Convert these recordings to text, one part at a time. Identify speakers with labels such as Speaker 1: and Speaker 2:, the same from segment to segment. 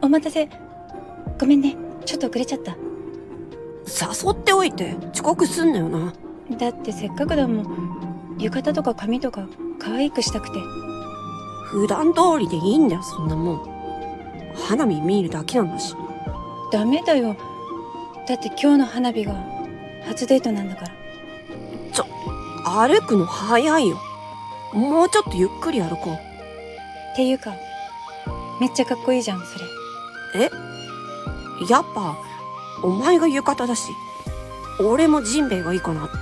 Speaker 1: お待たせ。ごめんね。ちょっと遅れちゃった。
Speaker 2: 誘っておいて遅刻すんなよな。
Speaker 1: だってせっかくだもん。浴衣とか髪とか可愛くしたくて。
Speaker 2: 普段通りでいいんだよ、そんなもん。花火見るだけなんだし。
Speaker 1: ダメだよ。だって今日の花火が初デートなんだから。
Speaker 2: 歩くの早いよ。もうちょっとゆっくり歩こう。
Speaker 1: っていうか、めっちゃかっこいいじゃん、それ。
Speaker 2: えやっぱ、お前が浴衣だし、俺もジンベエがいいかなって。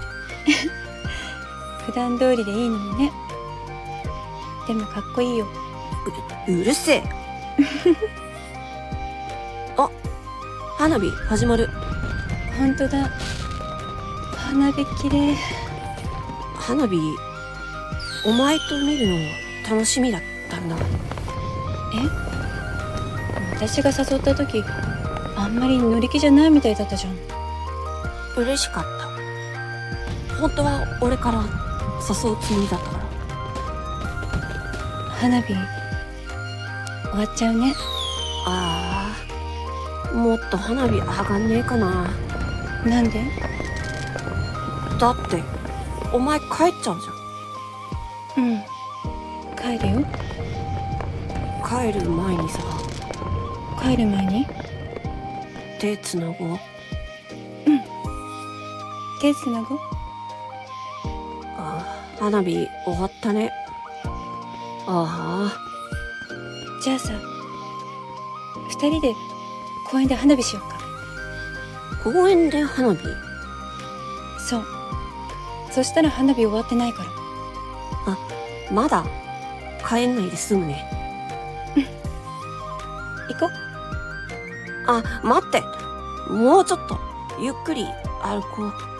Speaker 1: 普段通りでいいのにね。でもかっこいいよ。
Speaker 2: うるせえ。あ、花火始まる。
Speaker 1: ほんとだ。花火綺麗。
Speaker 2: 花火、お前と見るのは楽しみだったんだ。
Speaker 1: 私が誘った時、あんまり乗り気じゃないみたいだったじゃん。
Speaker 2: 嬉しかった。本当は俺から誘うつもりだったから。
Speaker 1: 花火、終わっちゃうね。
Speaker 2: ああ、もっと花火上がんねえかな。
Speaker 1: なんで
Speaker 2: だって、お前帰っちゃうじゃん。
Speaker 1: うん。帰るよ。
Speaker 2: 帰る前にさ
Speaker 1: 帰る前に。
Speaker 2: 手つなごう
Speaker 1: 手つなごう。
Speaker 2: ああ花火終わったねあ
Speaker 1: じゃあさ、二人で公園で花火しようか。
Speaker 2: あ公園で花火
Speaker 1: そう。そしたら花火終わってないから。
Speaker 2: まだ帰んないで済むね
Speaker 1: 行こう。
Speaker 2: あ待ってもうちょっとゆっくり歩こう